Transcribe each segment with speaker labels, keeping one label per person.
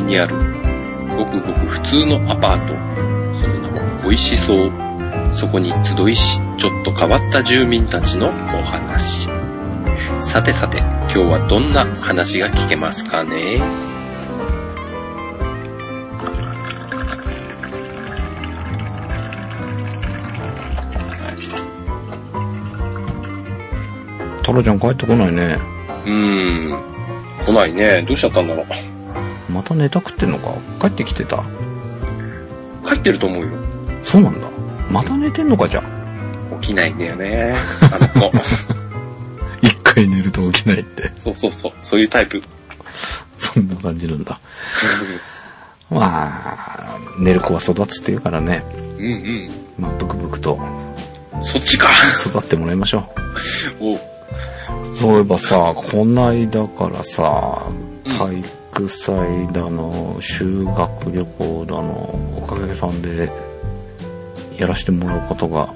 Speaker 1: にある、ごくごく普通のアパート、その名も美味しそう。そこに集いし、ちょっと変わった住民たちのお話。さてさて、今日はどんな話が聞けますかね
Speaker 2: タラちゃん帰ってこないね。
Speaker 1: うーん。来ないね。どうしちゃったんだろう。
Speaker 2: またネタ食ってんのか帰ってきてた。
Speaker 1: 帰ってると思うよ。
Speaker 2: そうなんだ。また寝てんのかじゃあ。
Speaker 1: 起きないんだよね。あの子。
Speaker 2: 一回寝ると起きないって。
Speaker 1: そうそうそう。そういうタイプ。
Speaker 2: そんな感じなんだ。まあ、寝る子は育つって言うからね。
Speaker 1: うんうん。
Speaker 2: まあ、ブクブクと
Speaker 1: そっちか。
Speaker 2: 育ってもらいましょ
Speaker 1: おう
Speaker 2: う。そういえばさ、こないだからさ、
Speaker 1: うん
Speaker 2: 体育祭だの、修学旅行だの、おかげさんで、やらしてもらうことが、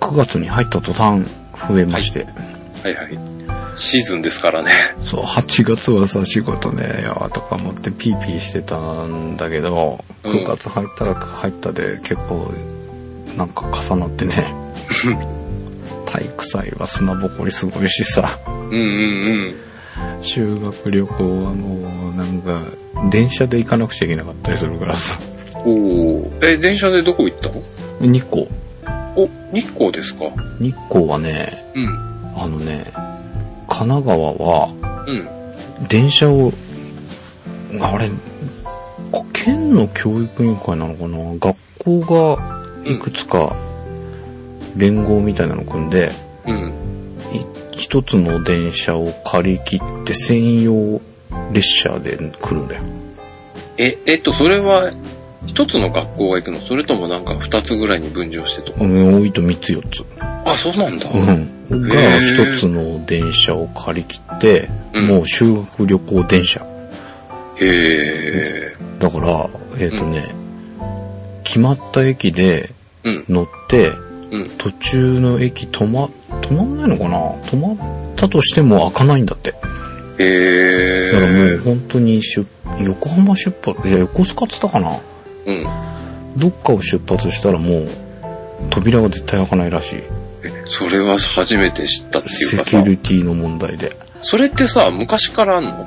Speaker 2: 9月に入った途端、増えまして。
Speaker 1: はいはい。シーズンですからね。
Speaker 2: そう、8月はさ、仕事ね、やとか思ってピーピーしてたんだけど、
Speaker 1: うん
Speaker 2: 9月入ったら入ったで結構、なんか重なって ね。体育祭は砂ぼこりすごいしさ、
Speaker 1: うんうんうん。
Speaker 2: 修学旅行はもうなんか、電車で行かなくちゃいけなかったりするからさ。
Speaker 1: おお。え、電車でどこ行ったの
Speaker 2: 日光。
Speaker 1: お、日光ですか
Speaker 2: 日光はね、
Speaker 1: うん。
Speaker 2: あのね、神奈川は、
Speaker 1: うん。
Speaker 2: 電車を、あれ、県の教育委員会なのかな学校がいくつか連合みたいなの組んで、
Speaker 1: うん。
Speaker 2: い一つの電車を借り切って専用列車で来るんだよ。
Speaker 1: え、えっと、それは、一つの学校が行くのそれともなんか二つぐらいに分譲してとか。
Speaker 2: うん、多いと3つ4つ。
Speaker 1: あ、そうなんだ。
Speaker 2: うん。
Speaker 1: へ
Speaker 2: が
Speaker 1: ー
Speaker 2: 一つの電車を借り切って、
Speaker 1: うん
Speaker 2: もう修学旅行電車。
Speaker 1: へえ。
Speaker 2: だから、えっ、とね、決まった駅で
Speaker 1: うん。
Speaker 2: 乗って、
Speaker 1: うん。
Speaker 2: 途中の駅止ま、止まんないのかな止まったとしても開かないんだって。
Speaker 1: へ
Speaker 2: だからも
Speaker 1: え
Speaker 2: う。本当に出、横浜出発、いや、横須賀っつったかな
Speaker 1: うん。
Speaker 2: どっかを出発したらもう、扉が絶対開かないらしい。
Speaker 1: それは初めて知ったっていう
Speaker 2: セ
Speaker 1: か
Speaker 2: キ
Speaker 1: さ
Speaker 2: ュ、リティの問題で。
Speaker 1: それってさ、昔からあんの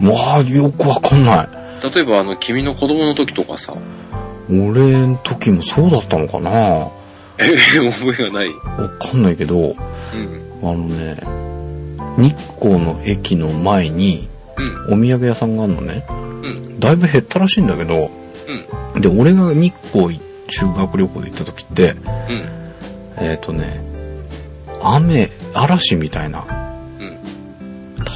Speaker 2: まあ、よくわかんな
Speaker 1: 例えばあの、君の子供の時とかさ、
Speaker 2: い。俺の時もそうだったのかなわ
Speaker 1: ええ、 覚えがない。
Speaker 2: かんないけ
Speaker 1: うん。
Speaker 2: ど、あのね、日光の駅の前に
Speaker 1: うん。
Speaker 2: お土産屋さんがあるのね。
Speaker 1: うん。
Speaker 2: だいぶ減ったらしいんだけど、
Speaker 1: うん。
Speaker 2: で、俺が日光修学旅行で行った時って、
Speaker 1: うん。
Speaker 2: えっ、とね、雨、嵐みたいな、
Speaker 1: うん。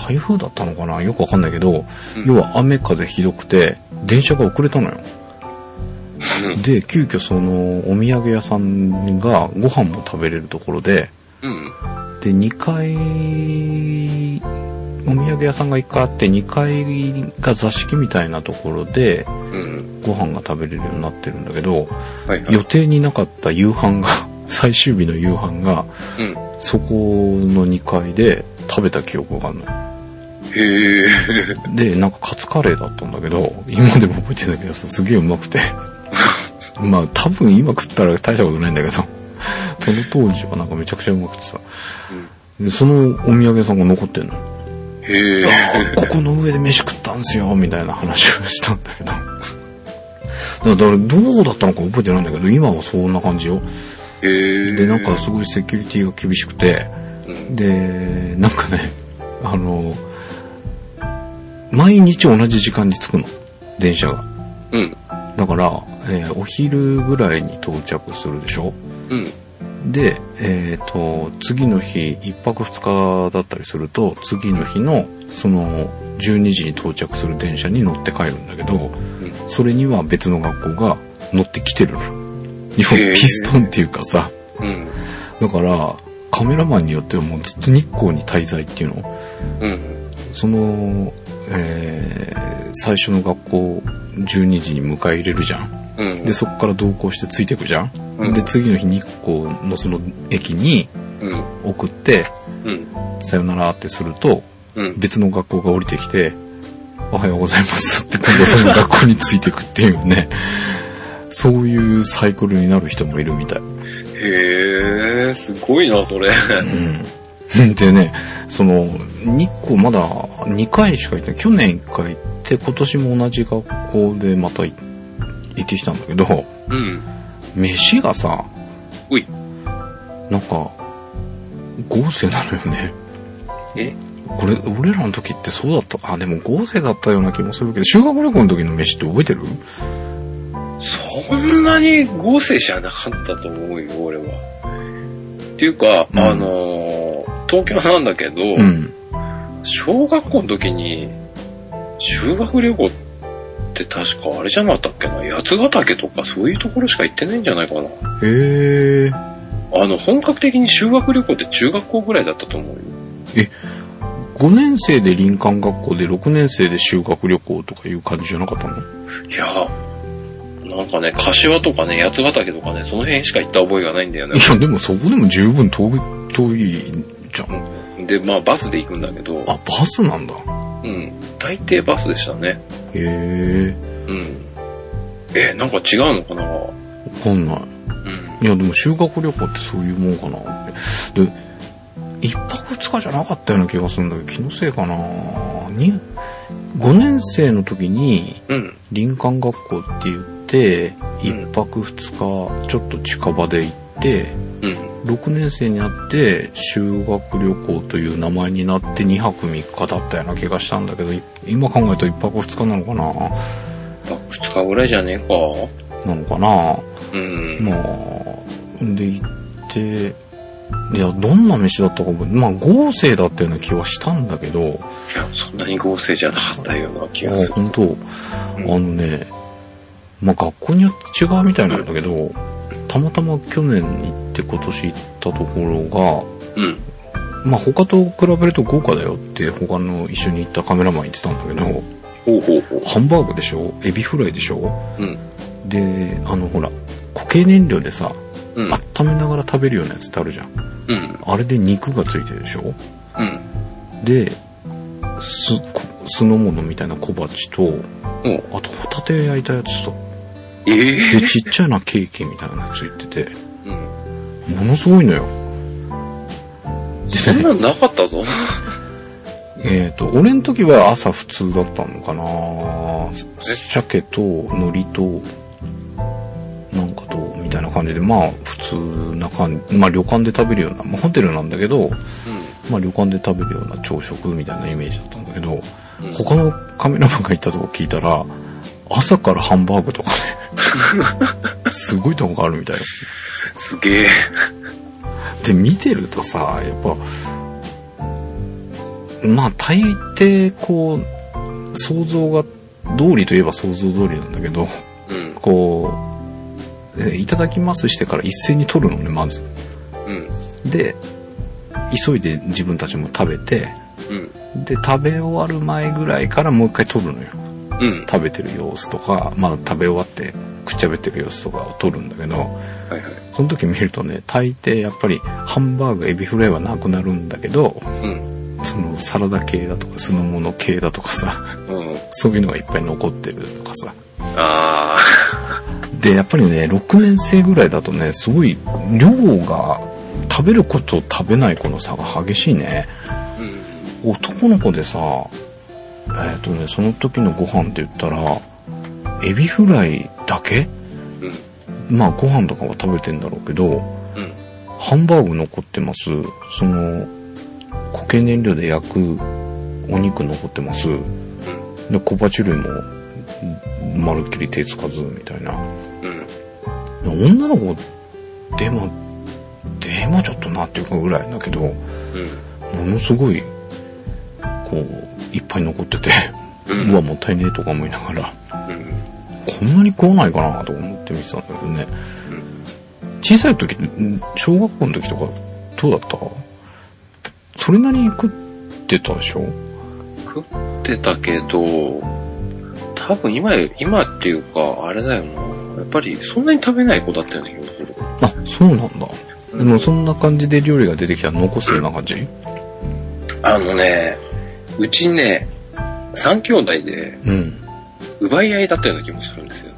Speaker 2: 台風だったのかなよくわかんないけど、
Speaker 1: うん
Speaker 2: 要は雨風ひどくて、電車が遅れたのよ。
Speaker 1: うん
Speaker 2: で、急遽そのお土産屋さんがご飯も食べれるところで、
Speaker 1: うん。
Speaker 2: で、2階、お土産屋さんが1回あって、2階が座敷みたいなところで
Speaker 1: うん。
Speaker 2: ご飯が食べれるようになってるんだけど、
Speaker 1: はいはい。
Speaker 2: 予定になかった夕飯が、 最終日の夕飯が、
Speaker 1: うん。
Speaker 2: そこの2階で食べた記憶があるの。
Speaker 1: へえ。
Speaker 2: で、なんかカツカレーだったんだけど、今でも覚えてんだけどさ、すげえうまく て。まあ多分今食ったら大したことないんだけど、その当時はなんかめちゃくちゃうまくてさ。でそのお土産屋さんが残ってんの。
Speaker 1: へえ。
Speaker 2: あここの上で飯食ったんすよ、みたいな話をしたんだけど。だからどうだったのか覚えてないんだけど、今はそんな感じよ。
Speaker 1: へえ。
Speaker 2: で、なんか、すごいセキュリティが厳しくて、
Speaker 1: うん。
Speaker 2: で、なんかね、あの、毎日同じ時間に着くの、電車が。
Speaker 1: うん。
Speaker 2: だから、えーお昼ぐらいに到着するでしょ
Speaker 1: うん。
Speaker 2: で、えっ、と、次の日、一泊二日だったりすると、次の日の、その、12時に到着する電車に乗って帰るんだけど、
Speaker 1: ん
Speaker 2: それには別の学校が乗ってきてるの。要
Speaker 1: へ
Speaker 2: は
Speaker 1: ー
Speaker 2: ピストンっていうかさ、
Speaker 1: うん。
Speaker 2: だから、カメラマンによってはもうずっと日光に滞在っていうの
Speaker 1: うん。
Speaker 2: その、えー最初の学校12時に迎え入れるじゃん。
Speaker 1: うん。
Speaker 2: で、そこから同行してついてくじゃん。
Speaker 1: うん
Speaker 2: で、次の日日光のその駅に
Speaker 1: うん。
Speaker 2: 送って、
Speaker 1: うん。
Speaker 2: さよならってすると、
Speaker 1: うん。
Speaker 2: 別の学校が降りてきて、おはようございますって今度その学校についていくっていうね、そういうサイクルになる人もいるみたい。
Speaker 1: へえ、すごいな、それ。
Speaker 2: うん。でね、その、日光まだ2回しか行ってない、去年1回行って、今年も同じ学校でまた行行ってきたんだけど、
Speaker 1: うん。
Speaker 2: 飯がさ、
Speaker 1: うい。
Speaker 2: なんか、豪勢なのよね。
Speaker 1: え
Speaker 2: これ、俺らの時ってそうだったあ、でも豪勢だったような気もするけど、修学旅行の時の飯って覚えてる
Speaker 1: そんなに合成じゃなかったと思うよ、俺は。っていうか、
Speaker 2: うん
Speaker 1: あのー、東京なんだけど、
Speaker 2: うん。
Speaker 1: 小学校の時に、修学旅行って確かあれじゃなかったっけな、八ヶ岳とかそういうところしか行ってないんじゃないかな。
Speaker 2: へえ。
Speaker 1: あの、本格的に修学旅行って中学校ぐらいだったと思うよ。
Speaker 2: 5年生で林間学校で6年生で修学旅行とかいう感じじゃなかった
Speaker 1: い
Speaker 2: の
Speaker 1: や、なんかね、柏とかね、八ヶ岳とかね、その辺しか行った覚えがないんだよね
Speaker 2: い。や、でもそこでも十分遠い、遠いじゃん。
Speaker 1: で、まあバスで行くんだけど、
Speaker 2: あ、バスなんだ。
Speaker 1: うん、大抵バスでしたね。
Speaker 2: へえ。
Speaker 1: うん。え、なんか違うのかな
Speaker 2: わかんない。
Speaker 1: うん。
Speaker 2: いや、でも修学旅行ってそういうもんかなって。で、一泊二日じゃなかったような気がするんだけど、気のせいかなに、5年生の時に
Speaker 1: うん。
Speaker 2: 林間学校って言って、一
Speaker 1: うん
Speaker 2: 泊二日ちょっと近場で行って、
Speaker 1: うん。
Speaker 2: 6年生になって修学旅行という名前になって2泊3日だったような気がしたんだけど、い今考えると1泊2日なのかな
Speaker 1: 二日ぐらいじゃねえか。
Speaker 2: なのかな
Speaker 1: うん。
Speaker 2: まあ、で行って、いや、どんな飯だったか覚えまあ、豪勢だったような気はしたんだけど、
Speaker 1: いや、そんなに合成じゃなかったような気
Speaker 2: あ
Speaker 1: がする。
Speaker 2: 本当、あのね、まあ、学校によって違うみたいなんだけど、たまたま去年行って今年行ったところ
Speaker 1: うん。
Speaker 2: が、まあ、他と比べると豪華だよって他の一緒に行ったカメラマン言ってたんだけど、
Speaker 1: ほうほうほう。
Speaker 2: ハンバーグでしょエビフライでしょ
Speaker 1: うん。
Speaker 2: で、あの、ほら、固形燃料でさ、
Speaker 1: うん。
Speaker 2: 温めながら食べるようなやつってあるじゃん。
Speaker 1: うん。
Speaker 2: あれで肉がついてるでしょ
Speaker 1: うん。
Speaker 2: で、す、こ酢の物みたいな小鉢と、
Speaker 1: うん
Speaker 2: あとホタテ焼いたやつと、
Speaker 1: ええ
Speaker 2: で、ちっちゃなケーキみたいなのついてて、
Speaker 1: うん。
Speaker 2: ものすごいのよ。
Speaker 1: そん
Speaker 2: で
Speaker 1: な
Speaker 2: ね、
Speaker 1: のなかったぞ。
Speaker 2: えっ、と、俺の時は朝普通だったのかな鮭と海苔と、なんかと、みたいな感じで、まあ、普通な感じ、まあ旅館で食べるような、まあホテルなんだけど、まあ旅館で食べるような朝食みたいなイメージだったんだけど、
Speaker 1: うん。うん
Speaker 2: 他のカメラマンが行ったとこ聞いたら、朝からハンバーグと かね、すごいとこがあるみたいよ。
Speaker 1: すげえ。
Speaker 2: で、見てるとさ、やっぱ、まあ大抵こう、想像が、通りといえば想像通りなんだけど、
Speaker 1: うん。
Speaker 2: こう、えいただきますしてから一斉に取るのね、まず。
Speaker 1: うん。
Speaker 2: で、急いで自分たちも食べて、
Speaker 1: うん。
Speaker 2: で、食べ終わる前ぐらいからもう一回取るのよ。
Speaker 1: うん。
Speaker 2: 食べてる様子とか、まあ食べ終わってくっちゃべってる様子とかを撮るんだけど、
Speaker 1: はいはい。
Speaker 2: その時見るとね、大抵やっぱりハンバーグ、エビフライはなくなるんだけど、
Speaker 1: うん。
Speaker 2: そのサラダ系だとか酢の物系だとかさ、
Speaker 1: うん。
Speaker 2: そういうのがいっぱい残ってるとかさ。
Speaker 1: あ
Speaker 2: で、やっぱりね、6年生ぐらいだとね、すごい量が食べることと食べない子の差が激しいね。
Speaker 1: あ。うん。
Speaker 2: 男の子でさ、えっ、とね、その時のご飯って言ったら、エビフライだけ
Speaker 1: うん。
Speaker 2: まあご飯とかは食べてんだろうけど、
Speaker 1: うん。
Speaker 2: ハンバーグ残ってます。その、固形燃料で焼くお肉残ってます。で、小鉢類も、んまるっきり手つかず、みたいな。
Speaker 1: うん。
Speaker 2: で女の子、でも、でもちょっとなっていうかぐらいだけど、も
Speaker 1: うん。
Speaker 2: のすごい、こう、いっぱい残ってて、
Speaker 1: うん
Speaker 2: うわ、もったいねえとか思いながら、
Speaker 1: うん。
Speaker 2: こんなに食わないかなと思って見てたんだけどね。小さい時、ん小学校の時とか、どうだったそれなりに食ってたでしょ
Speaker 1: 食ってたけど、多分今よ、今っていうか、あれだよな。やっぱりそんなに食べない子だったよね、今のところ
Speaker 2: あ、そうなんだ。でもそんな感じで料理が出てきたら残すような感じ
Speaker 1: あのね、うちね、三兄弟で
Speaker 2: うん。
Speaker 1: 奪い合いだったような気もするんですよね。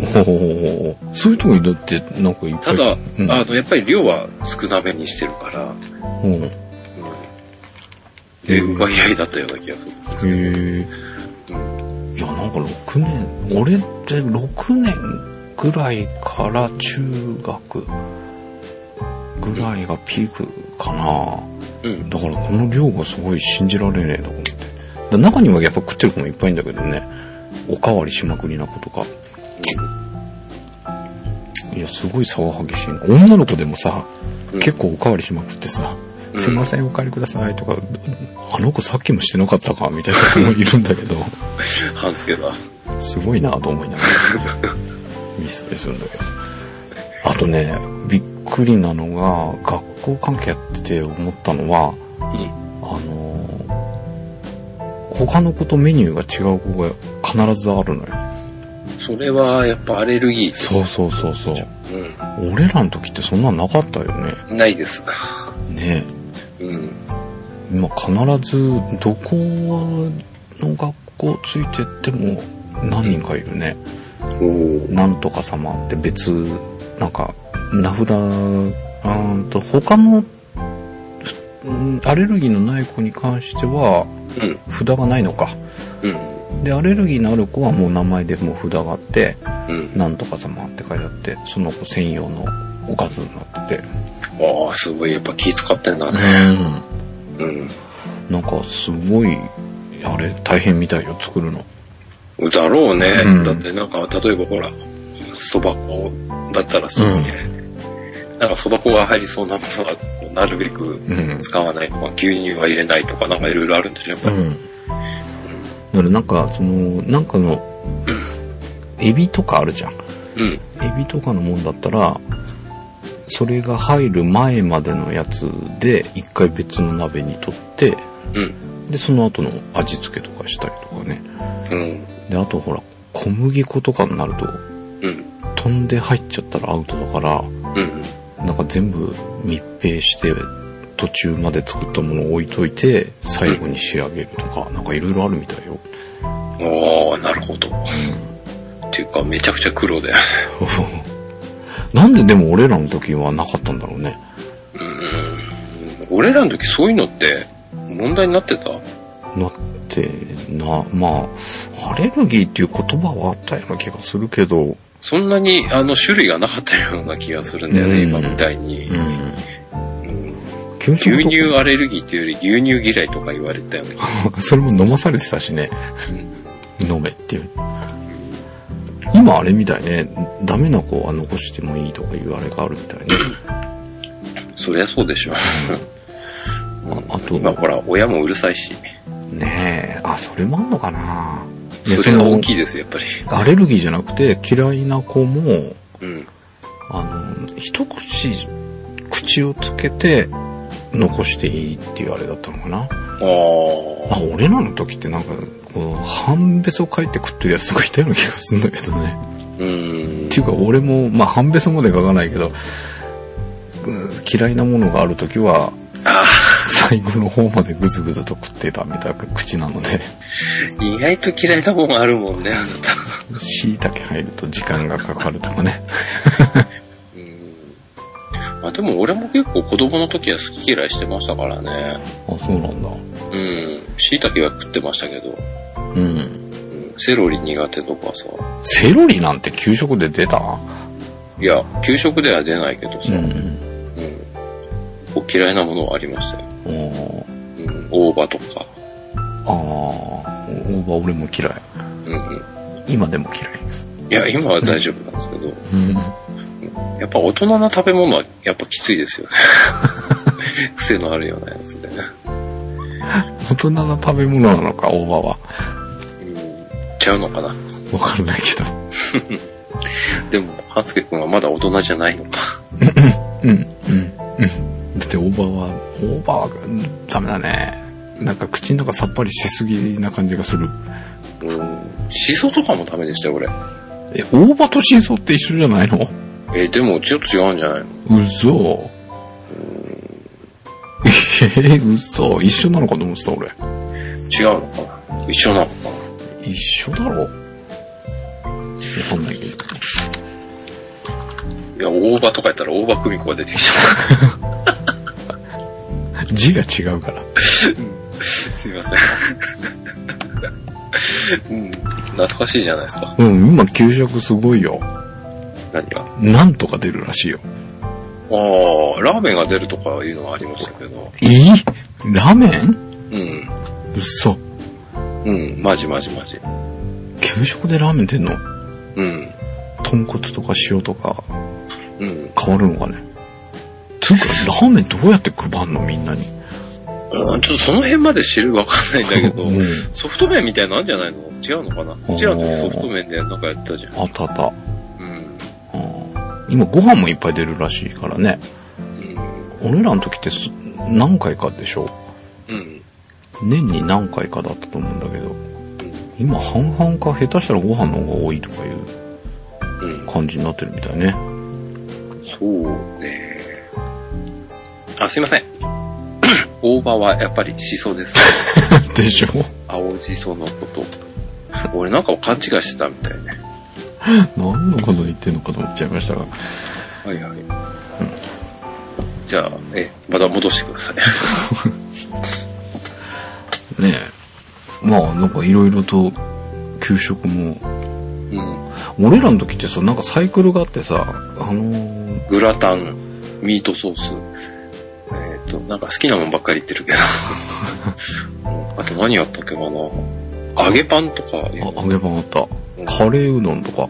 Speaker 2: おーそういうとこにだって、なんかいっぱ
Speaker 1: た
Speaker 2: い。
Speaker 1: だ、
Speaker 2: うん
Speaker 1: あの、やっぱり量は少なめにしてるから、うん
Speaker 2: うん。へ
Speaker 1: で、
Speaker 2: うん
Speaker 1: 奪い合いだったような気がする。
Speaker 2: え。いや、なんか6年、俺って6年ぐらいから中学ぐらいがピークかな。
Speaker 1: うん。
Speaker 2: だからこの量がすごい信じられねえと思って。だから中にはやっぱ食ってる子もいっぱいいんだけどね。おかわりしまくりな子とか。いや、すごい差が激しいな。女の子でもさ、
Speaker 1: うん
Speaker 2: 結構おかわりしまくってさ、
Speaker 1: うん
Speaker 2: すいません、おかわりくださいとか、あの子さっきもしてなかったか、みたいな子もいるんだけど、
Speaker 1: 半助だ。
Speaker 2: すごいなと思いなが ら、ミスするんだけど。あとね、びっくりなのが、学校関係やってて思ったのは、
Speaker 1: うん。
Speaker 2: あのー他の子とメニューが違う子が必ずあるのよ。
Speaker 1: それは、やっぱアレルギー。
Speaker 2: そうそうそうそう。
Speaker 1: う
Speaker 2: 俺らの時ってそんなのなかったよね。
Speaker 1: ん。ないです。
Speaker 2: ね
Speaker 1: うん。
Speaker 2: え。今必ず、どこの学校ついてっても何人かいるね。
Speaker 1: おー
Speaker 2: なんとか様って別、なんか、名札、うーんと、他の、うんアレルギーのない子に関しては、
Speaker 1: うん。
Speaker 2: 札がないのか。
Speaker 1: うん。
Speaker 2: で、アレルギーのある子はもう名前でもう札があって、
Speaker 1: うん。
Speaker 2: なんとか様って書いてあって、その子専用のおかずになってて。
Speaker 1: ああ、すごい。やっぱ気使ってんだね。うん。
Speaker 2: なんかすごい、あれ、大変みたいよ、作るの。
Speaker 1: だろうね。
Speaker 2: うん
Speaker 1: だってなんか、例えばほら、そば粉だったらすごいね。なんかそば粉が入りそうなものは、なるべく
Speaker 2: うん。
Speaker 1: 使わないとか、牛乳は入れないとか、なんかいろいろあるんでしょ、やっぱり。
Speaker 2: ん。だからなんか、その、なんかの、エビとかあるじゃん。
Speaker 1: うん。
Speaker 2: エビとかのもんだったら、それが入る前までのやつで、一回別の鍋にとって、
Speaker 1: うん。
Speaker 2: で、その後の味付けとかしたりとかね。
Speaker 1: うん。
Speaker 2: で、あとほら、小麦粉とかになると、
Speaker 1: うん。
Speaker 2: 飛んで入っちゃったらアウトだから、
Speaker 1: うん。
Speaker 2: なんか全部密閉して、途中まで作ったものを置いといて、最後に仕上げるとか、なんかいろいろあるみたいよ。
Speaker 1: ああ、なるほど。っていうか、めちゃくちゃ苦労だよね。
Speaker 2: なんででも俺らの時はなかったんだろうね。
Speaker 1: うん。俺らの時そういうのって、問題になってた
Speaker 2: なってな、まあ、アレルギーっていう言葉はあったような気がするけど、
Speaker 1: そんなに、あの、種類がなかったような気がするんだよね、
Speaker 2: うん
Speaker 1: 今みたいに。
Speaker 2: ん。
Speaker 1: うん
Speaker 2: 給食
Speaker 1: 牛
Speaker 2: と
Speaker 1: 乳アレルギーっていうより牛乳嫌いとか言われたよ ね。
Speaker 2: か、それも飲まされてたしね、飲めっていう。今あれみたいね、ダメな子は残してもいいとか言われがあるみたいね。
Speaker 1: そりゃそうでしょ。
Speaker 2: ああと、
Speaker 1: 今ほら、親もうるさいし。
Speaker 2: ねえ、あ、それもあんのかな
Speaker 1: それが大きいですよ、やっぱり。
Speaker 2: アレルギーじゃなくて嫌いな子も、
Speaker 1: うん。
Speaker 2: あの、一口、口をつけて残していいっていうあれだったのかな。
Speaker 1: あ
Speaker 2: あ、俺らの時ってなんか、この半べそ書いて食ってるやつとかいたような気がするんだけどね。
Speaker 1: ー。うん
Speaker 2: っ。ていうか俺も、まあ半べそまで書かないけど、うん嫌いなものがある時は、
Speaker 1: あ
Speaker 2: 最後の方までぐずぐずと食ってたみたいな口なの で。
Speaker 1: あ、意外と嫌いなもんあるもんね、あなた。
Speaker 2: 椎茸入ると時間がかかるとかね。
Speaker 1: うん。 まあでも俺も結構子供の時は好き嫌いしてましたからね。
Speaker 2: あ、そうなんだ。
Speaker 1: うん。椎茸は食ってましたけど、
Speaker 2: うん。
Speaker 1: うん、セロリ苦手とかさ。
Speaker 2: セロリなんて給食で出た
Speaker 1: いや、給食では出ないけどさ。うん。
Speaker 2: ん。
Speaker 1: お嫌いなものはありましたよ。
Speaker 2: おー
Speaker 1: うん。大葉とか。
Speaker 2: ああー、大葉俺も嫌い。
Speaker 1: うんうん。
Speaker 2: 今でも嫌い。
Speaker 1: いや、今は大丈夫なんですけど、
Speaker 2: うん。
Speaker 1: やっぱ大人な食べ物はやっぱきついですよね。 癖のあるようなやつでね。
Speaker 2: 大人の食べ物なのか、大葉は。
Speaker 1: うん。ちゃうのかな。
Speaker 2: わかんないけど。
Speaker 1: でも、半助くんはまだ大人じゃないのか。
Speaker 2: うん。うん。うん。だって大葉は、大葉はうんダメだね。なんか口の中さっぱりしすぎな感じがする。
Speaker 1: うん。シソとかもダメでしたよ、俺。
Speaker 2: え、大葉と真相って一緒じゃないの
Speaker 1: えーでもちょっと違うんじゃないの
Speaker 2: 嘘。えー、嘘。一緒なのかと思ってた、俺。
Speaker 1: 違うのかな一緒なのかな
Speaker 2: 一緒だろわかんないけど。
Speaker 1: いや、大葉とかやったら大葉久美子が出てきちゃ
Speaker 2: 字が違うから。
Speaker 1: う。 すいません。うん。懐かしいじゃないですか。
Speaker 2: うん、今給食すごいよ。
Speaker 1: 何が。あ
Speaker 2: なんとか出るらしいよ。
Speaker 1: あ、ラーメンが出るとかいうのはありましたけど。
Speaker 2: えーラーメン
Speaker 1: うん。
Speaker 2: 嘘。
Speaker 1: うん。マジマジマジ。
Speaker 2: 給食でラーメン出んの
Speaker 1: うん。
Speaker 2: 豚骨とか塩とか
Speaker 1: うん。
Speaker 2: 変わるのかね。つうか、ラーメンどうやって配んのみんなに。
Speaker 1: うん、ちょっとその辺まで知るわかんないんだけど
Speaker 2: う、ん
Speaker 1: ソフト麺みたいなんじゃないの違うのかなうちらの時ソフト麺でなんかやってたじゃん。
Speaker 2: あったあった。
Speaker 1: うん。
Speaker 2: うん今ご飯もいっぱい出るらしいからね。
Speaker 1: うん。
Speaker 2: 俺らの時ってそ何回かでしょ
Speaker 1: うん。
Speaker 2: 年に何回かだったと思うんだけど。今半々か下手したらご飯の方が多いとかいう
Speaker 1: うん。
Speaker 2: 感じになってるみたいね。
Speaker 1: そうね。あ、すいません。 大葉はやっぱりシソです。
Speaker 2: でしょ
Speaker 1: 青じそのこと。俺なんかを勘違いしてたみたいね。
Speaker 2: 何のこと言ってんのかと思っちゃいましたが。
Speaker 1: はいはい。じゃあ、え、また戻してください。
Speaker 2: ねえ。まあなんかいろいろと給食も。
Speaker 1: うん。
Speaker 2: 俺らの時ってさ、なんかサイクルがあってさ、あのー
Speaker 1: グラタン、ミートソース。えっ、と、なんか好きなもんばっかり言ってる けど。あと何やったっけかな。揚げパンとか、
Speaker 2: あ、揚げパンあった。カレーうどんとか、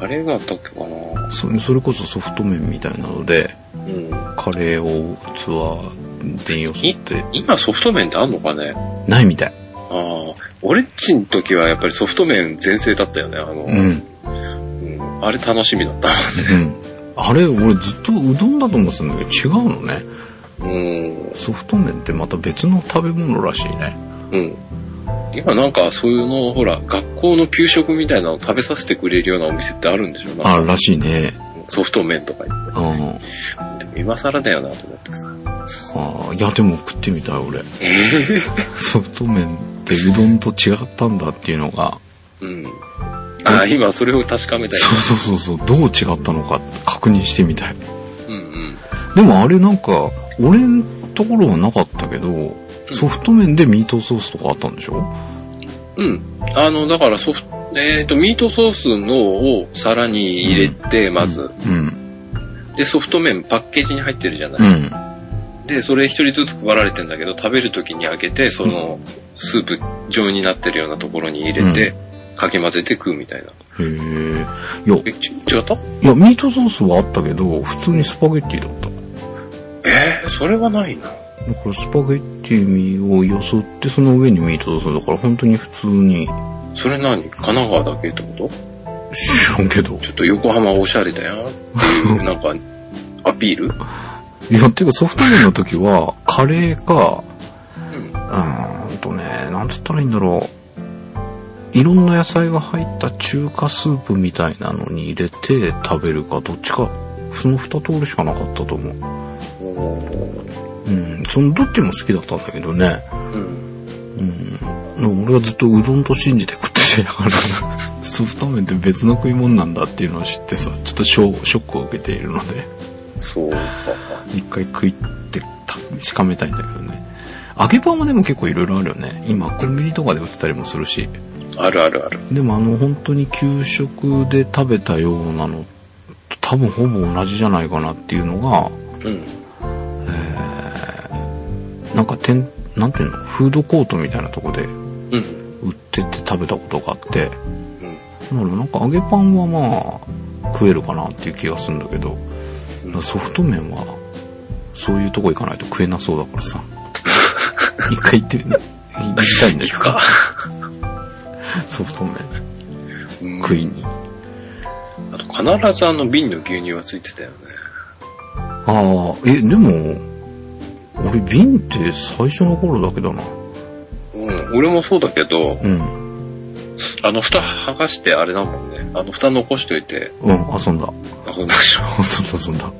Speaker 1: あれがあったっけかな。
Speaker 2: そそれこそソフト麺みたいなので、
Speaker 1: うん。
Speaker 2: カレーを器でよそって、
Speaker 1: 今ソフト麺ってあんのかね
Speaker 2: ないみたい。
Speaker 1: ああ、俺っちの時はやっぱりソフト麺全盛だったよね。あの、
Speaker 2: うん。
Speaker 1: うんあれ楽しみだった。
Speaker 2: うん。あれ、俺ずっとうどんだと思ってたんだけど、違うのね。
Speaker 1: うん。
Speaker 2: ソフト麺ってまた別の食べ物らしいね。
Speaker 1: うん。今なんかそういうの、ほら、学校の給食みたいなの食べさせてくれるようなお店ってあるんでしょなんか
Speaker 2: あ、らしいね。
Speaker 1: ソフト麺とかに。
Speaker 2: うん。
Speaker 1: でも今更だよなと思ってさ。
Speaker 2: あーいや、でも食ってみたい、俺。ソフト麺ってうどんと違ったんだっていうのが、
Speaker 1: うん。ああ、今それを確かめたい。
Speaker 2: そうそうそうそう、どう違ったのか確認してみたい。
Speaker 1: うんうん。
Speaker 2: でもあれなんか、俺んところはなかったけど、ソフト麺でミートソースとかあったんでしょ
Speaker 1: うん。あの、だからソフト、えっ、と、ミートソースのを皿に入れて、まず、
Speaker 2: うん。
Speaker 1: で、ソフト麺パッケージに入ってるじゃない。
Speaker 2: うん。
Speaker 1: で、それ一人ずつ配られてんだけど、食べる時に開けて、その、スープ状になってるようなところに入れて、かき混ぜて食うみたいな。
Speaker 2: へえ。いや、
Speaker 1: え、ち違った
Speaker 2: いや、ミートソースはあったけど、普通にスパゲッティだった。
Speaker 1: えー、それはないな。
Speaker 2: だからスパゲッティをよそって、その上にミートソースだから、本当に普通に、
Speaker 1: それ何神奈川だけってこと
Speaker 2: 知らんけど。
Speaker 1: ちょっと横浜おしゃれだよっていう、なん か、アピール
Speaker 2: いや、てかソフト麺の時は、カレーか、
Speaker 1: うん。
Speaker 2: うーんとね、なんつったらいいんだろう。いろんな野菜が入った中華スープみたいなのに入れて食べるか、どっちか、その二通りしかなかったと思う。
Speaker 1: おー
Speaker 2: うん、そのどっちも好きだったんだけどね。
Speaker 1: うん。
Speaker 2: うん。俺はずっとうどんと信じて食って たから、ソフト麺って別の食い物なんだっていうのを知ってさ、ちょっとショショックを受けているので、
Speaker 1: そうか。
Speaker 2: 一回食いって確かめたいんだけどね。揚げパンはでも結構いろいろあるよね。今コンビニとかで売ってたりもするし。
Speaker 1: あるあるある。
Speaker 2: でもあの本当に給食で食べたようなのと多分ほぼ同じじゃないかなっていうのが、
Speaker 1: うん。
Speaker 2: なんかてん、なんていうの、フードコートみたいなとこで
Speaker 1: うん。
Speaker 2: 売ってて食べたことがあっ
Speaker 1: う
Speaker 2: て、
Speaker 1: ん。
Speaker 2: だからなんか揚げパンはまあ食えるかなっていう気がするんだけど、だからソフト麺はそういうとこ行かないと食えなそうだから さ。一回行ってみ、行きたいん
Speaker 1: 行
Speaker 2: だけ
Speaker 1: くか。
Speaker 2: ど、 ソフト麺
Speaker 1: うん
Speaker 2: 食いに。
Speaker 1: あと、必ずあの瓶の牛乳はついてたよね。
Speaker 2: ああ、え、でも、俺瓶って最初の頃だけだな。
Speaker 1: うん。俺もそうだけど、
Speaker 2: うん、
Speaker 1: あの、蓋剥がしてあれだもんね。あの、蓋残しといて、
Speaker 2: うん、 遊んだ。
Speaker 1: あそうでしょ。
Speaker 2: 遊んだ遊んだ。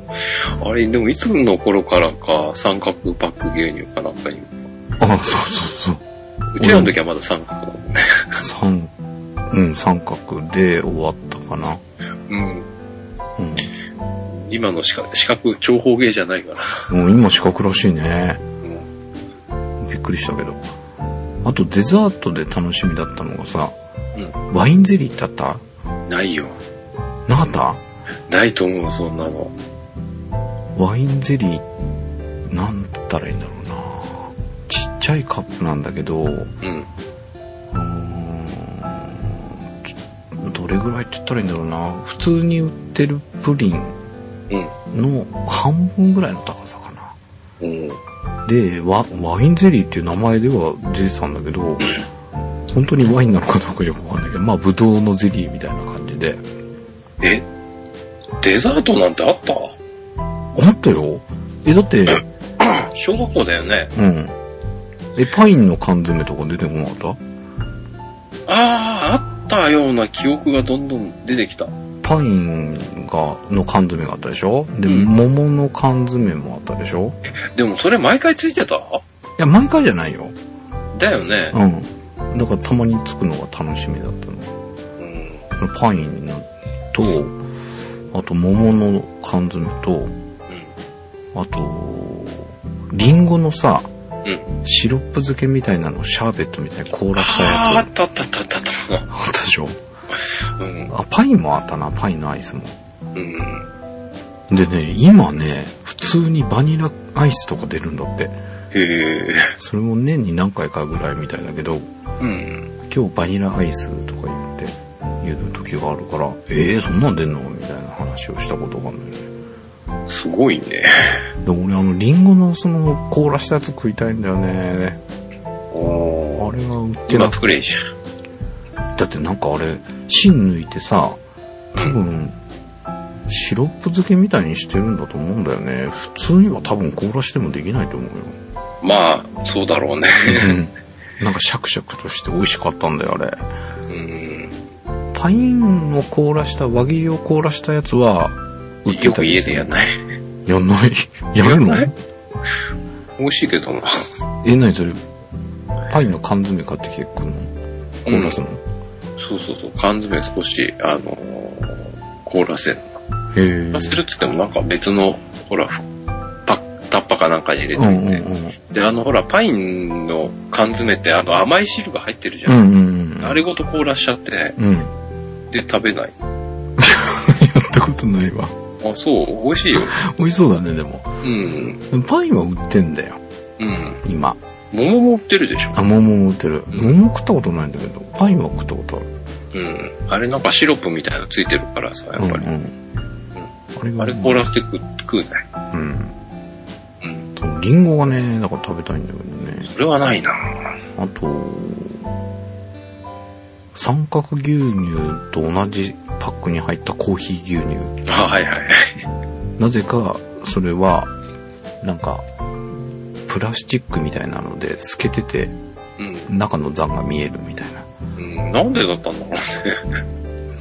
Speaker 1: あれ、でもいつの頃からか、三角パック牛乳かなんかに
Speaker 2: ああ、そうそうそう。
Speaker 1: うちらの時はまだ三角だもんね。
Speaker 2: 三、うん、三角で終わったかな。
Speaker 1: うん。
Speaker 2: うん。
Speaker 1: 今の四角、四角、長方形じゃないから。
Speaker 2: もう今四角らしいね。
Speaker 1: うん。
Speaker 2: びっくりしたけど。あとデザートで楽しみだったのがさ、
Speaker 1: う
Speaker 2: ワインゼリーってあった
Speaker 1: ないよ。
Speaker 2: なかった
Speaker 1: ないと思う、そんなの。
Speaker 2: ワインゼリー、なんだったらいいんだろうなちっちゃいカップなんだけど、う
Speaker 1: うん。
Speaker 2: ーんちょどれぐらいって言ったらいいんだろうな普通に売ってるプリン
Speaker 1: うん。
Speaker 2: の半分ぐらいの高さかな。
Speaker 1: うん。
Speaker 2: で、ワワインゼリーっていう名前では出てたんだけど、本当にワインなのかどうかよくわかんないけど、まあ、ブドウのゼリーみたいな感じで。
Speaker 1: えデザートなんてあった
Speaker 2: あったよえ、だって、
Speaker 1: 小学校だよね。
Speaker 2: うん。え、パインの缶詰とか出てこなかった
Speaker 1: ああ、あったような記憶がどんどん出てきた。
Speaker 2: パインが、の缶詰があったでしょで、
Speaker 1: うん
Speaker 2: 桃の缶詰もあったでしょ
Speaker 1: でもそれ毎回ついてた
Speaker 2: いや、毎回じゃないよ。
Speaker 1: だよね。
Speaker 2: うん。だからたまにつくのが楽しみだったの。
Speaker 1: うん。
Speaker 2: パインのと、あと桃の缶詰と、あと、リンゴのさ、
Speaker 1: う
Speaker 2: シロップ漬けみたいなのをシャーベットみたいに凍らした
Speaker 1: ああ、あ
Speaker 2: やつ。
Speaker 1: ったあったあったあったあっ
Speaker 2: あったでしょ
Speaker 1: た。うん。
Speaker 2: あ、パインもあったな、パインのアイスも。
Speaker 1: うん。
Speaker 2: でね、今ね、普通にバニラアイスとか出るんだって。
Speaker 1: へえ。
Speaker 2: それも年に何回かぐらいみたいだけど、
Speaker 1: うん。
Speaker 2: 今日バニラアイスとか言って、言う時があるから、えー、そんなん出んのみたいな話をしたことがあるんだよね。
Speaker 1: すごいね。
Speaker 2: で、俺あの、リンゴのその、凍らしたやつ食いたいんだよね。
Speaker 1: お
Speaker 2: あれが売ってな
Speaker 1: 今
Speaker 2: く
Speaker 1: 作れんじ
Speaker 2: だってなんかあれ、芯抜いてさ、多分、シロップ漬けみたいにしてるんだと思うんだよね。普通には多分凍らしてもできないと思うよ。
Speaker 1: ゃん。まあ、そうだろうね。
Speaker 2: なんかシャクシャクとして美味しかったんだよ、あれ。
Speaker 1: うん。
Speaker 2: パインを凍らした、輪切りを凍らしたやつは、売って
Speaker 1: よ
Speaker 2: た
Speaker 1: く
Speaker 2: り
Speaker 1: 家
Speaker 2: す
Speaker 1: で
Speaker 2: る
Speaker 1: やんない。
Speaker 2: やんない。やるの
Speaker 1: やんない美味しいけどな。
Speaker 2: え、なにそれ、パインの缶詰買ってきてくるの凍らすの、
Speaker 1: そうそうそう。缶詰少し、あのー凍らせる。
Speaker 2: へえ
Speaker 1: 凍。らせるっつってもなんか別の、ほら、ふパッ、タッパかなんかに入れ
Speaker 2: うんうん
Speaker 1: て
Speaker 2: う
Speaker 1: て。
Speaker 2: ん。
Speaker 1: で、あの、ほら、パインの缶詰ってあの甘い汁が入ってるじゃ。
Speaker 2: うんんうんうん。
Speaker 1: あれごと凍らしちゃって、
Speaker 2: うん。や
Speaker 1: で、食べない。
Speaker 2: ったことないわ。
Speaker 1: あ、そう、美味しいよ。
Speaker 2: 美味しそうだね、でも。
Speaker 1: うん。
Speaker 2: パインは売ってんだよ、
Speaker 1: うん。
Speaker 2: 今。
Speaker 1: 桃も売ってるでしょ。
Speaker 2: あ、桃も売ってる。
Speaker 1: うん
Speaker 2: 桃食ったことないんだけど、パインは食ったことある。
Speaker 1: うん。あれなんかシロップみたいなのついてるからさ、やっぱり。
Speaker 2: うんうん。あれが
Speaker 1: あれ凍らせて食食うない。
Speaker 2: うん。
Speaker 1: うん。
Speaker 2: そうリンゴがね、だから食べたいんだけどね。
Speaker 1: それはないな
Speaker 2: あと、三角牛乳と同じパックに入ったコーヒー牛乳。
Speaker 1: あ、はいはい。
Speaker 2: なぜか、それは、なんか、プラスチックみたいなので透けてて、
Speaker 1: うん。
Speaker 2: 中の残が見えるみたいな。
Speaker 1: うん、なんでだったんだろうね。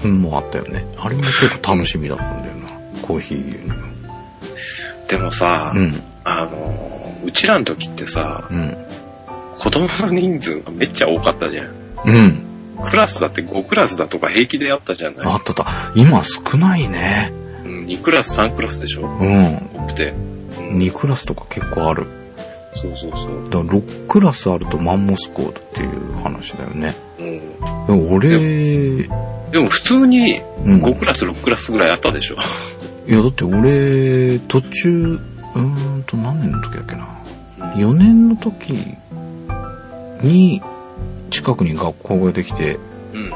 Speaker 2: うん、もうあったよね。あれも結構楽しみだったんだよな。コーヒー牛
Speaker 1: で
Speaker 2: 乳。
Speaker 1: もさ、
Speaker 2: うん、
Speaker 1: あの、うちらの時ってさ、
Speaker 2: うん。
Speaker 1: 子供の人数がめっちゃ多かったじゃん。
Speaker 2: うん。
Speaker 1: クラスだって5クラスだとか平気であったじゃない
Speaker 2: あ。ったあった。今少ないね。
Speaker 1: うん、2クラス、3クラスでしょ
Speaker 2: う
Speaker 1: 多くて。うん
Speaker 2: ん。2クラスとか結構ある。
Speaker 1: そうそうそう。
Speaker 2: だから6クラスあるとマンモス校っていう話だよね。
Speaker 1: うん、
Speaker 2: でも俺、
Speaker 1: でも普通に
Speaker 2: うん、
Speaker 1: 5クラス、6クラスぐらいあったでしょ。
Speaker 2: いやだって俺、途中、うーんと何年の時だっけな。
Speaker 1: うん、
Speaker 2: 4年の時に近くに学校ができて
Speaker 1: うん、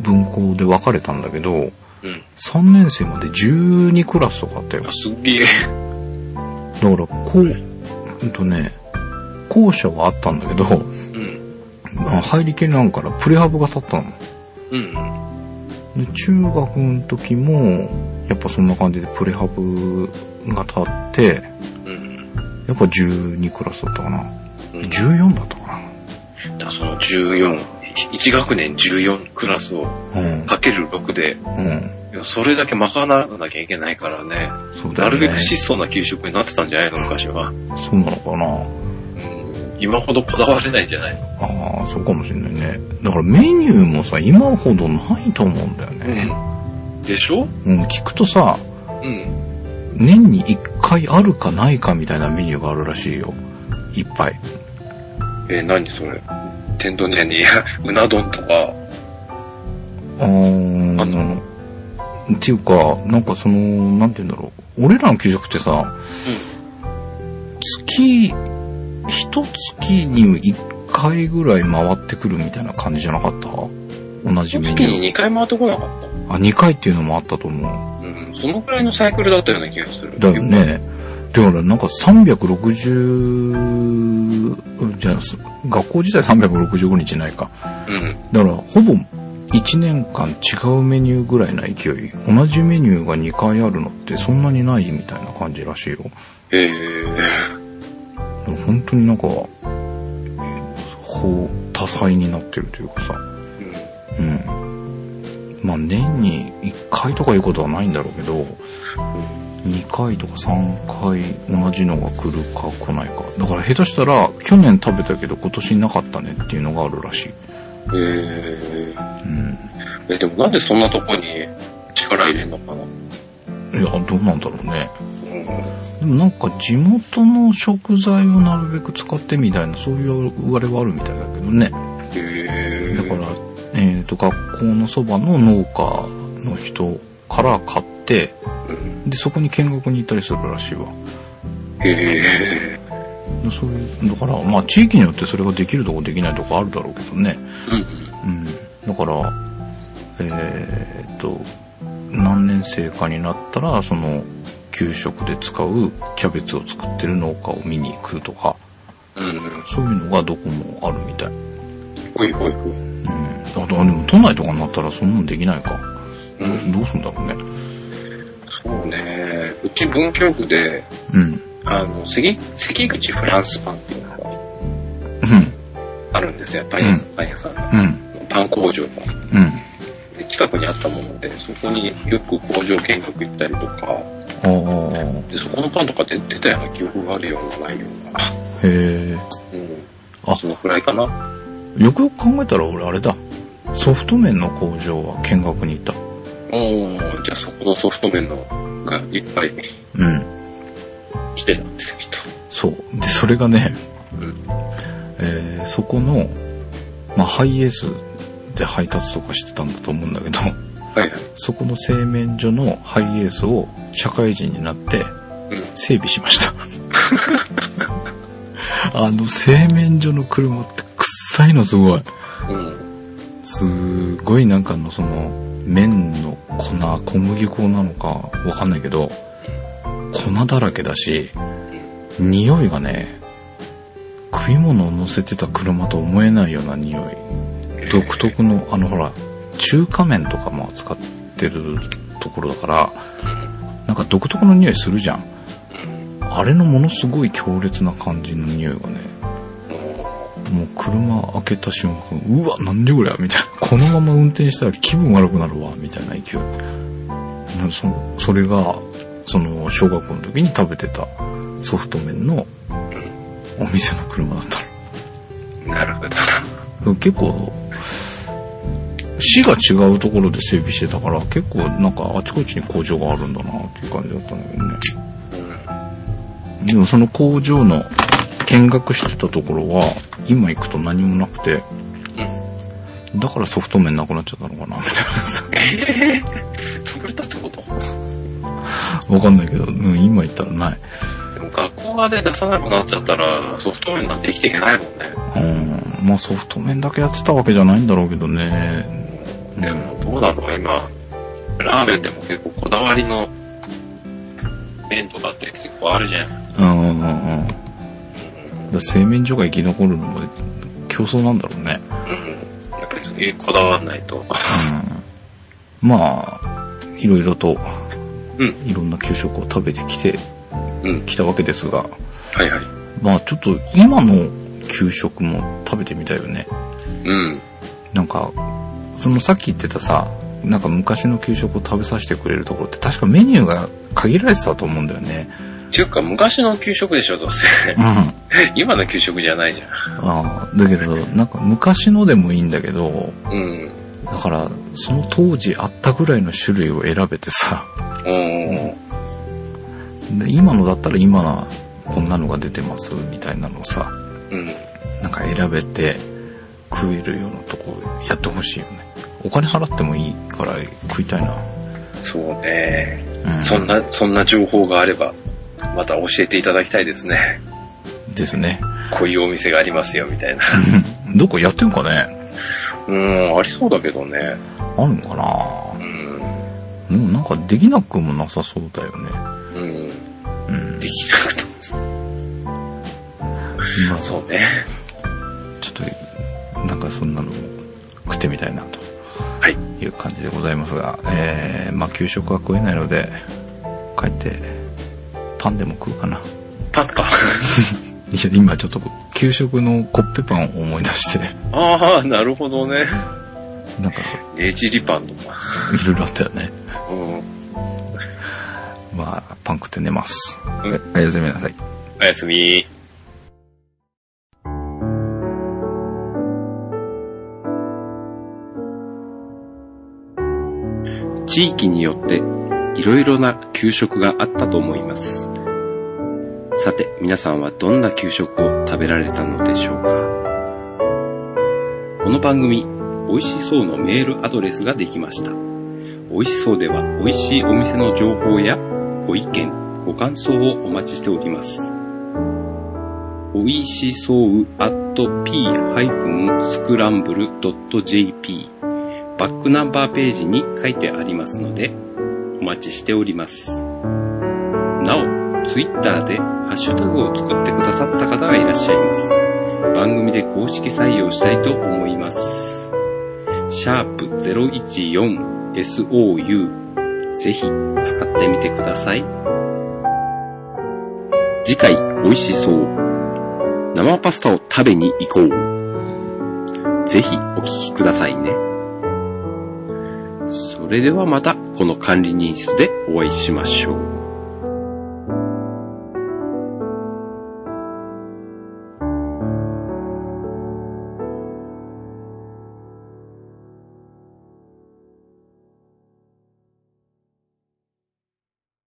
Speaker 2: 分校で分かれたんだけど、
Speaker 1: うん。
Speaker 2: 3年生まで12クラスとかあったよ。
Speaker 1: あ、
Speaker 2: だ
Speaker 1: すっげえ。
Speaker 2: から、こう、うんとね、校舎はあったんだけど、
Speaker 1: うん、
Speaker 2: まあ入りきれなんからプレハブが立ったの。
Speaker 1: うん、
Speaker 2: で中学の時もやっぱそんな感じでプレハブが立って
Speaker 1: うん。
Speaker 2: やっぱ12クラスだったかな
Speaker 1: うん、だか
Speaker 2: 14だったから
Speaker 1: その14、1学年14クラスを
Speaker 2: なうん
Speaker 1: かける6で、
Speaker 2: うん
Speaker 1: いやそれだけ賄わなきゃいけないからね。
Speaker 2: そう
Speaker 1: な
Speaker 2: だよ
Speaker 1: る
Speaker 2: ね
Speaker 1: べく質素な給食になってたんじゃないの昔は。
Speaker 2: そうなのかな
Speaker 1: うん今ほどこだわれないんじゃないの
Speaker 2: ああ、そうかもしれないね。だからメニューもさ、今ほどないと思うんだよね。
Speaker 1: ん。でしょ
Speaker 2: うん、聞くとさ、
Speaker 1: うん。
Speaker 2: 年に一回あるかないかみたいなメニューがあるらしいよ。いっぱい。
Speaker 1: えー何それ天丼じゃねえや。 うな丼とか。
Speaker 2: あー
Speaker 1: あの
Speaker 2: っていうか、なんかその、なんて言うんだろう。俺らの給食ってさ、月、一月に一回ぐらい回ってくるみたいな感じじゃなかった同じ
Speaker 1: 月
Speaker 2: メニュー。
Speaker 1: に2回回ってこなかっ
Speaker 2: あ、二回っていうのもあったと
Speaker 1: た。
Speaker 2: 思
Speaker 1: うん。そのくらいのサイクルだったような気がする。
Speaker 2: う。だよ。ね。だからなんか360、じゃあ、学校自体365日ないか。
Speaker 1: うん。
Speaker 2: だから、ほぼ1年間違うメニューぐらいな勢い。同じメニューが2回あるのってそんなにないみたいな感じらしいよ。
Speaker 1: えー、
Speaker 2: だから本当になんか、えーこう、多彩になってるというかさ。
Speaker 1: うん。
Speaker 2: うん。まあ年に1回とかいうことはないんだろうけど、2回とか3回同じのが来るか来ないか。だから下手したら、去年食べたけど今年なかったねっていうのがあるらしい。
Speaker 1: え
Speaker 2: うん。
Speaker 1: ー、え、でもなんでそんなとこに力入れんのかな。うん。
Speaker 2: いや、どうなんだろうね。でもなんか地元の食材をなるべく使ってみたいな、そういうあれはあるみたいだけどね。
Speaker 1: えー、
Speaker 2: だから、えっ、と、学校のそばの農家の人から買って、
Speaker 1: うん、
Speaker 2: で、そこに見学に行ったりするらしいわ。
Speaker 1: え
Speaker 2: でそういう、だから、まあ地域によってそれができるとこできないとこあるだろうけどね。
Speaker 1: ー、うん。
Speaker 2: うん。だから、えっ、と、何年生かになったら、その、給食で使うキャベツを作ってる農家を見に行くとか、
Speaker 1: うん。
Speaker 2: そういうのがどこもあるみたい。
Speaker 1: ほいほいほい。
Speaker 2: うん。あと、でも都内とかになったらそんなんできないか。どうすどうすんだろうね。
Speaker 1: そうね。うち文京区で、
Speaker 2: うん。
Speaker 1: あの、関、関口フランスパンっていうのがあるんですよ。パン屋さん、パン屋さんが。
Speaker 2: うん。うん。
Speaker 1: パン工場が。
Speaker 2: うん。
Speaker 1: で近くにあったもので、そこによく工場見学行ったりとか、
Speaker 2: ああ、
Speaker 1: で、そこのパンとか出出たような記憶があるような、ないような。
Speaker 2: へ
Speaker 1: うん。
Speaker 2: あ
Speaker 1: そのくらいかな。
Speaker 2: え。よくよく考えたら俺あれだ。ソフト面の工場は見学に行った。
Speaker 1: おーじゃあそこのソフト面のがいっぱい
Speaker 2: うん。
Speaker 1: 来てたんですよ、きっと。
Speaker 2: そう。で、それがね、
Speaker 1: うん。
Speaker 2: えー、そこの、まあ、ハイエースで配達とかしてたんだと思うんだけど、
Speaker 1: はいはい。
Speaker 2: そこの製麺所のハイエースを社会人になって
Speaker 1: うん
Speaker 2: 整備しました。 あの製麺所の車って臭いのすごい。
Speaker 1: うん。
Speaker 2: すごいなんかあのその麺の粉、小麦粉なのかわかんないけど、粉だらけだし、匂いがね、食い物を乗せてた車と思えないような匂い。独特の、あのほら、中華麺とかも扱ってるところだから、なんか独特の匂いするじゃん。
Speaker 1: うん。
Speaker 2: あれのものすごい強烈な感じの匂いがね、もう車開けた瞬間、うわ、なんでこりゃみたいな。このまま運転したら気分悪くなるわ、みたいな勢い。なそそれが、その、小学校の時に食べてたソフト麺のお店の車だったの。
Speaker 1: うんなるほど。
Speaker 2: 結構、市が違うところで整備してたから、結構なんかあちこちに工場があるんだなっていう感じだったんだけどね。でもその工場の見学してたところは、今行くと何もなくて、だからソフト麺なくなっちゃったのかなみたいなさ。
Speaker 1: 潰れたってこと
Speaker 2: わかんないけど、うん、今行ったらない。
Speaker 1: でも学校側で出さなくなっちゃったら、ソフト面なんて生きていけないもんね。
Speaker 2: うん、まあソフト麺だけやってたわけじゃないんだろうけどね。
Speaker 1: でも、どうだろう、今。ラーメンでも結構こだわりの麺とかって結構あるじゃん。
Speaker 2: うん、うん、うん。だから製麺所が生き残るのも競争なんだろうね。
Speaker 1: うん。やっぱりそういうこだわんないと。
Speaker 2: うんまあ、いろいろと、
Speaker 1: うん
Speaker 2: いろんな給食を食べてきて、
Speaker 1: うん。
Speaker 2: きたわけですが、
Speaker 1: はいはい。
Speaker 2: まあちょっと今の給食も食べてみたいよね。
Speaker 1: うん。
Speaker 2: なんか、そのさっき言ってたさ、なんか昔の給食を食べさせてくれるところって確かメニューが限られてたと思うんだよね。
Speaker 1: ていうか、昔の給食でしょ、どうせ。
Speaker 2: うん。あ
Speaker 1: 今の給食じゃないじ
Speaker 2: あ、だけど、なんか昔のでもいいんだけど、
Speaker 1: ゃん。うん。
Speaker 2: だから、その当時あったぐらいの種類を選べてさ、
Speaker 1: うん。
Speaker 2: で今のだったら今な、こんなのが出てますみたいなのをさ、
Speaker 1: うん。
Speaker 2: なんか選べて食えるようなとこやってほしいよね。お金払ってもいいから食いたいな。
Speaker 1: そうね。
Speaker 2: うん、
Speaker 1: そんな、そんな情報があれば、また教えていただきたいです ね。
Speaker 2: ですね。
Speaker 1: こういうお店がありますよ、みたい な。
Speaker 2: どこやってんかね
Speaker 1: うん、ありそうだけどね。
Speaker 2: あるのかな
Speaker 1: うん。
Speaker 2: でもなんかできなくもなさそうだよね。
Speaker 1: うん。で
Speaker 2: うん。
Speaker 1: きなくと。
Speaker 2: まあちょ
Speaker 1: そうね。
Speaker 2: っと、なんかそんなのも食ってみたいなと。
Speaker 1: はい。
Speaker 2: いう感じでございますが、えー、まあ給食は食えないので、帰って、パンでも食うかな。
Speaker 1: パスか。
Speaker 2: いや、今ちょっと給食のコッペパンを思い出して、
Speaker 1: ああ、なるほど ね。
Speaker 2: なんか
Speaker 1: ねじりパンとか。
Speaker 2: いろいろあったよね。
Speaker 1: うん。
Speaker 2: まあ、パン食って寝ます。
Speaker 1: うん
Speaker 2: おやすみなさい。
Speaker 1: おやすみ。地域によっていろいろな給食があったと思います。さて、皆さんはどんな給食を食べられたのでしょうかこの番組、美味しそうのメールアドレスができました。美味しそうでは美味しいお店の情報やご意見、ご感想をお待ちしております。おいしそう at p-scramble.jp バックナンバーページに書いてありますので、お待ちしております。なお、ツイッターでハッシュタグを作ってくださった方がいらっしゃいます。番組で公式採用したいと思います。シャープ 014SOU ぜひ使ってみてください。次回、美味しそう。生パスタを食べに行こう。ぜひお聞きくださいね。それではまたこの管理人室でお会いしましょう。